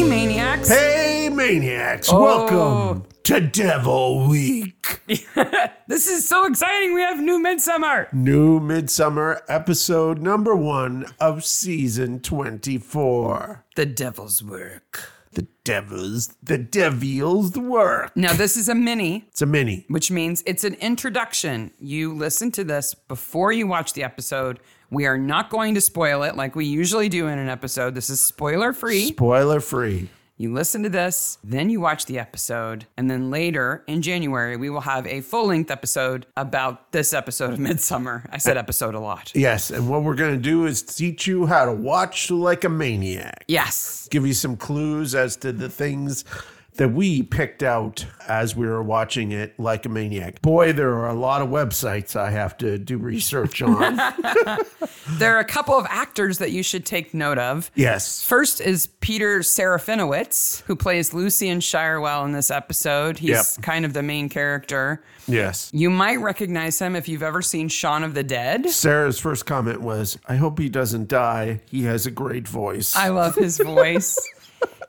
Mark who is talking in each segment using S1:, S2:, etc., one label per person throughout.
S1: maniacs.
S2: Hey, maniacs, welcome to Devil Week.
S1: This is so exciting. We have new Midsummer.
S2: New Midsummer episode number one of season 24.
S1: The devil's work.
S2: The devil's, the devil's work.
S1: Now, this is a mini,
S2: It's a mini.
S1: which means it's an introduction. You listen to this before you watch the episode. We are not going to spoil it like we usually do in an episode. This is spoiler free.
S2: Spoiler free.
S1: You listen to this, then you watch the episode, and then later in January, we will have a full length episode about this episode of Midsummer. I said episode a lot.
S2: Yes, and what we're going to do is teach you how to watch like a maniac.
S1: Yes.
S2: Give you some clues as to the things that we picked out as we were watching it like a maniac. Boy, there are a lot of websites I have to do research on.
S1: There are a couple of actors that you should take note of.
S2: yes.
S1: First is Peter Serafinowicz, who plays Lucian Shirewell in this episode. He's
S2: Yep.
S1: kind of the main character.
S2: Yes.
S1: You might recognize him if you've ever seen Shaun of the Dead.
S2: Sarah's first comment was, I hope he doesn't die. He has a great voice.
S1: I love his voice.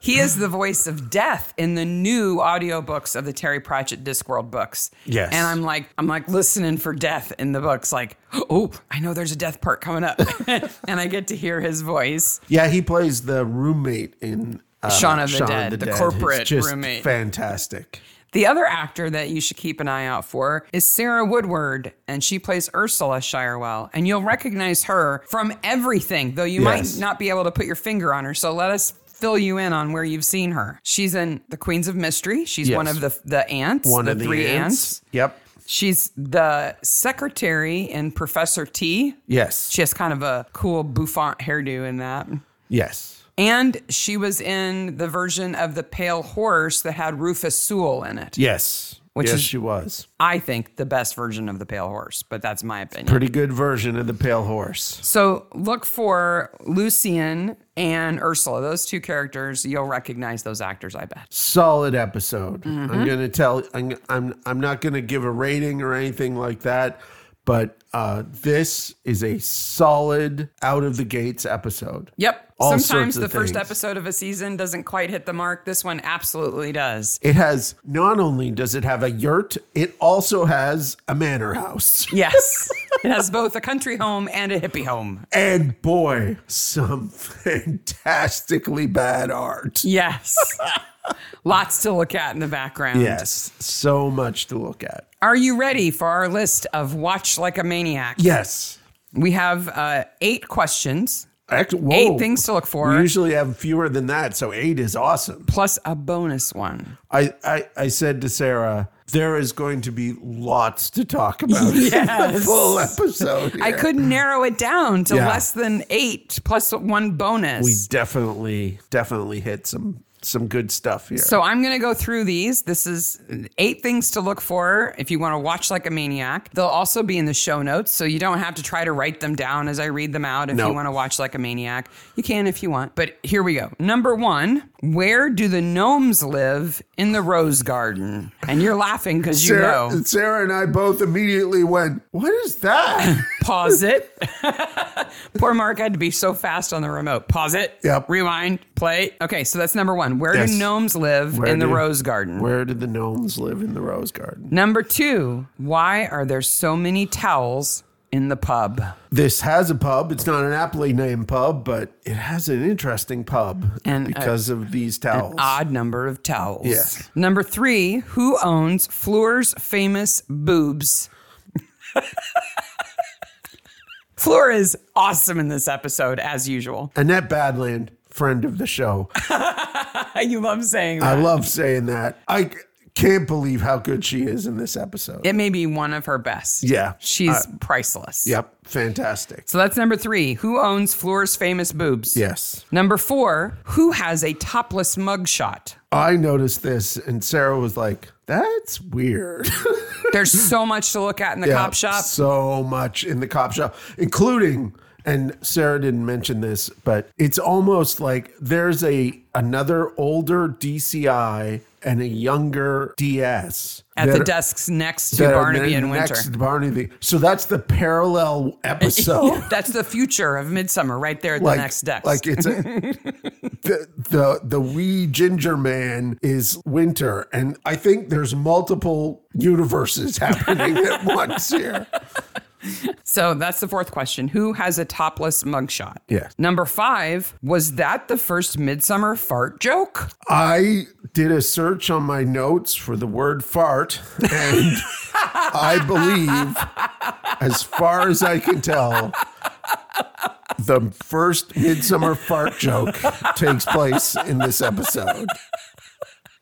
S1: he is the voice of death in the new audiobooks of the Terry Pratchett Discworld books.
S2: Yes.
S1: And I'm like, I'm like listening for death in the books, like, oh, I know there's a death part coming up. and I get to hear his voice.
S2: yeah, he plays the roommate in uh,
S1: Shaun of the Dead, the
S2: It's
S1: corporate
S2: just
S1: roommate.
S2: Fantastic.
S1: The other actor that you should keep an eye out for is Sarah Woodward, and she plays Ursula Shirewell. And you'll recognize her from everything, though you
S2: Yes.
S1: might not be able to put your finger on her. So let us fill you in on where you've seen her. She's in The Queens of Mystery. She's
S2: Yes.
S1: one of the the aunts,
S2: One
S1: the
S2: of the
S1: three
S2: ants. Yep.
S1: She's the secretary in Professor T.
S2: Yes.
S1: She has kind of a cool bouffant hairdo in that.
S2: yes.
S1: And she was in the version of The Pale Horse that had Rufus Sewell in it.
S2: Yes.
S1: Which
S2: yes,
S1: is-
S2: she was.
S1: I think the best version of the pale horse, but that's my opinion.
S2: Pretty good version of the pale horse.
S1: so look for Lucian and Ursula, those two characters. You'll recognize those actors, I bet.
S2: Solid episode.
S1: Mm-hmm.
S2: I'm gonna tell. I'm, I'm. I'm not gonna give a rating or anything like that. But uh, this is a solid out of the gates episode.
S1: Yep.
S2: All
S1: Sometimes
S2: sorts of
S1: the first
S2: things.
S1: episode of a season doesn't quite hit the mark. This one absolutely does.
S2: It has not only does it have a yurt, it also has a manor house.
S1: Yes. it has both a country home and a hippie home.
S2: And boy, some fantastically bad art.
S1: Yes. Lots to look at in the background.
S2: Yes, so much to look at.
S1: Are you ready for our list of Watch Like a Maniac?
S2: Yes.
S1: We have uh, eight questions.
S2: Act- whoa.
S1: Eight things to look for.
S2: Oh, We usually have fewer than that, so eight is awesome.
S1: plus a bonus one.
S2: I, I, I said to Sarah, there is going to be lots to talk about in the
S1: Yes.
S2: full episode.
S1: I
S2: here.
S1: could narrow it down to
S2: Yeah.
S1: less than eight plus one bonus.
S2: We definitely, definitely hit some some good stuff here.
S1: so I'm going to go through these. This is eight things to look for if you want to watch like a maniac. They'll also be in the show notes, so you don't have to try to write them down as I read them out if
S2: No.
S1: you want to watch like a maniac. You can if you want. But here we go. Number 1, where do the gnomes live in the rose garden? And you're laughing cuz you know.
S2: Sarah, Sarah and I both immediately went, What is that?
S1: pause it. Poor Mark had to be so fast on the remote. Pause it.
S2: Yep.
S1: Rewind. Play. Okay, so that's number one. Where
S2: Yes.
S1: do gnomes live
S2: Where
S1: in the
S2: do-
S1: rose garden?
S2: Where did the gnomes live in the rose garden?
S1: number two. Why are there so many towels in the pub?
S2: This has a pub. It's not an aptly named pub, but it has an interesting pub
S1: And, uh,
S2: because of these towels.
S1: Odd number of towels.
S2: Yes.
S1: Number three. Who owns Fleur's famous boobs? Fleur is awesome in this episode, as usual.
S2: Annette Badland, friend of the show.
S1: you love saying that.
S2: I love saying that. I c- can't believe how good she is in this episode.
S1: It may be one of her best.
S2: Yeah. Uh,
S1: She's priceless.
S2: Yep. Fantastic.
S1: So that's number three. Who owns Fleur's famous boobs?
S2: Yes.
S1: Number four, who has a topless mugshot?
S2: I noticed this, and Sarah was like, That's weird.
S1: There's so much to look at in the
S2: Yeah,
S1: cop shop.
S2: So much in the cop shop, including and Sarah didn't mention this, but it's almost like there's a another older DCI and a younger DS
S1: At
S2: that
S1: the
S2: are-
S1: desks next to
S2: that are
S1: Barnaby
S2: ne-
S1: and Winter.
S2: Next to Barnaby. So that's the parallel episode.
S1: That's the future of Midsummer right there at the next desk.
S2: Like it's a, th- the the wee ginger man is Winter, and I think there's multiple universes happening at once here.
S1: So that's the fourth question. Who has a topless mugshot?
S2: Yes.
S1: Number five, was that the first midsummer fart joke?
S2: I did a search on my notes for the word fart, and I believe, as far as I can tell, the first midsummer fart joke takes place in this episode.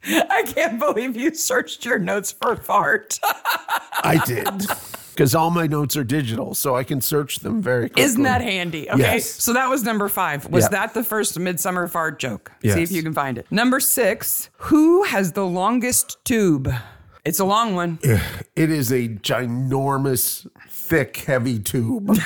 S1: I can't believe you searched your notes for fart.
S2: I did. Because all my notes are digital, so I can search them very quickly.
S1: Isn't that handy? Okay.
S2: Yes.
S1: So that was number five. Was
S2: Yeah.
S1: that the first midsummer fart joke? See if
S2: Yes.
S1: you can find it. Number six, who has the longest tube? It's a long one.
S2: It is a ginormous, thick, heavy tube.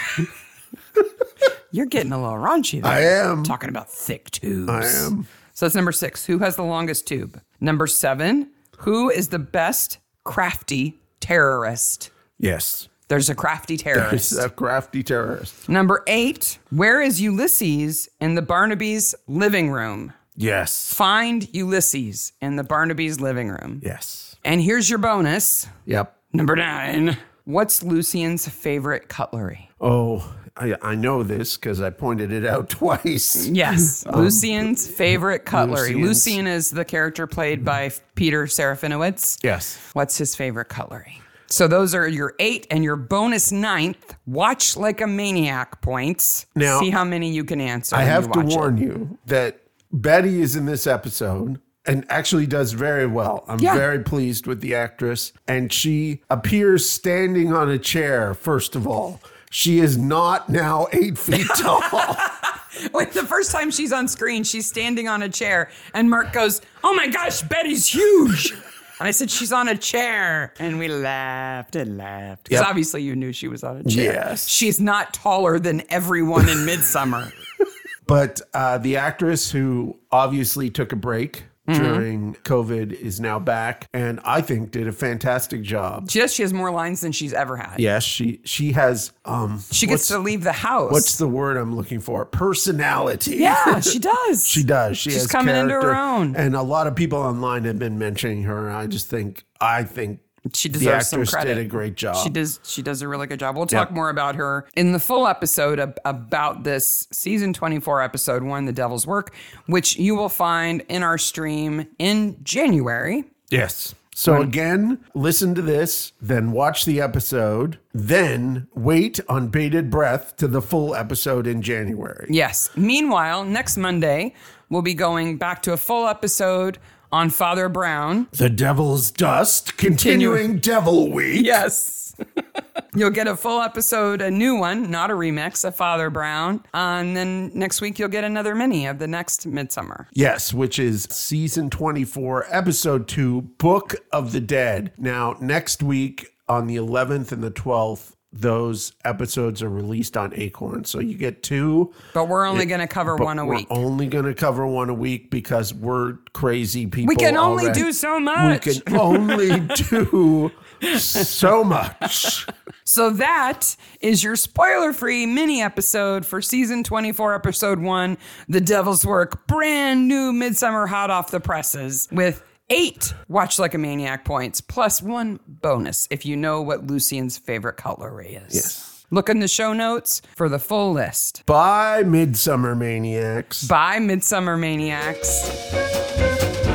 S1: You're getting a little raunchy there.
S2: I am.
S1: Talking about thick tubes.
S2: I am.
S1: So that's number six. Who has the longest tube? Number seven, who is the best crafty terrorist?
S2: Yes.
S1: There's a crafty
S2: It's
S1: terrorist.
S2: a crafty terrorist.
S1: Number eight, where is Ulysses in the Barnaby's living room?
S2: Yes.
S1: Find Ulysses in the Barnaby's living room.
S2: Yes.
S1: And here's your bonus.
S2: Yep.
S1: Number nine, what's Lucian's favorite cutlery?
S2: Oh, I, I know this because I pointed it out twice.
S1: Yes, Lucian's favorite cutlery.
S2: Lucian's-
S1: Lucian is the character played by Peter Serafinowicz.
S2: Yes.
S1: What's his favorite cutlery? So those are your eight and your bonus ninth. Watch like a maniac points.
S2: Now-
S1: see how many you can answer.
S2: I
S1: when
S2: have
S1: you
S2: to
S1: watch it.
S2: warn you that Betty is in this episode and actually does very well. I'm
S1: Yeah.
S2: very pleased with the actress. And she appears standing on a chair, first of all. She is not now eight feet tall.
S1: Wait, the first time she's on screen, she's standing on a chair, and Mark goes, "Oh my gosh, Betty's huge." And I said, she's on a chair. And we laughed and laughed. Because
S2: Yep.
S1: obviously you knew she was on a chair.
S2: Yes.
S1: She's not taller than everyone in Midsummer.
S2: But uh, the actress who obviously took a break
S1: Mm-hmm.
S2: during COVID is now back, and I think did a fantastic job.
S1: Just she has more lines than she's ever had.
S2: Yes, she she has. Um,
S1: She gets to leave the house.
S2: what's the word I'm looking for? Personality.
S1: yeah, she does.
S2: she does. She
S1: She's
S2: has
S1: coming into her
S2: character.
S1: own.
S2: and a lot of people online have been mentioning her. I just think I think
S1: She
S2: the
S1: deserves some
S2: actress
S1: credit.
S2: did a great job.
S1: She does. She does a really good job. We'll talk more about her in the full episode ab- about this season twenty-four episode one, "The Devil's Work," which you will find in our stream in January.
S2: Yes. So again, listen to this, then watch the episode, then wait on bated breath to the full episode in January.
S1: Yes. Meanwhile, next Monday we'll be going back to a full episode on Father Brown.
S2: The Devil's Dust, continuing Devil Week.
S1: Yes. you'll get a full episode, a new one, not a remix of Father Brown, Uh, and then next week you'll get another mini of the next Midsummer.
S2: Yes, which is season 24, episode 2, Book of the Dead. Now, next week on the 11th and the 12th, those episodes are released on Acorn. So you get two.
S1: But we're only going to cover
S2: but
S1: one a
S2: we're
S1: week.
S2: only going to cover one a week because we're crazy people.
S1: can only
S2: already.
S1: do so much.
S2: We can only do so much.
S1: So that is your spoiler free mini episode for season 24, episode one The Devil's Work, brand new Midsummer Hot Off the Presses with eight Watch Like a Maniac points, plus one bonus if you know what Lucian's favorite cutlery is.
S2: Yes.
S1: Look in the show notes for the full list.
S2: Bye, Midsummer Maniacs.
S1: Bye, Midsummer Maniacs.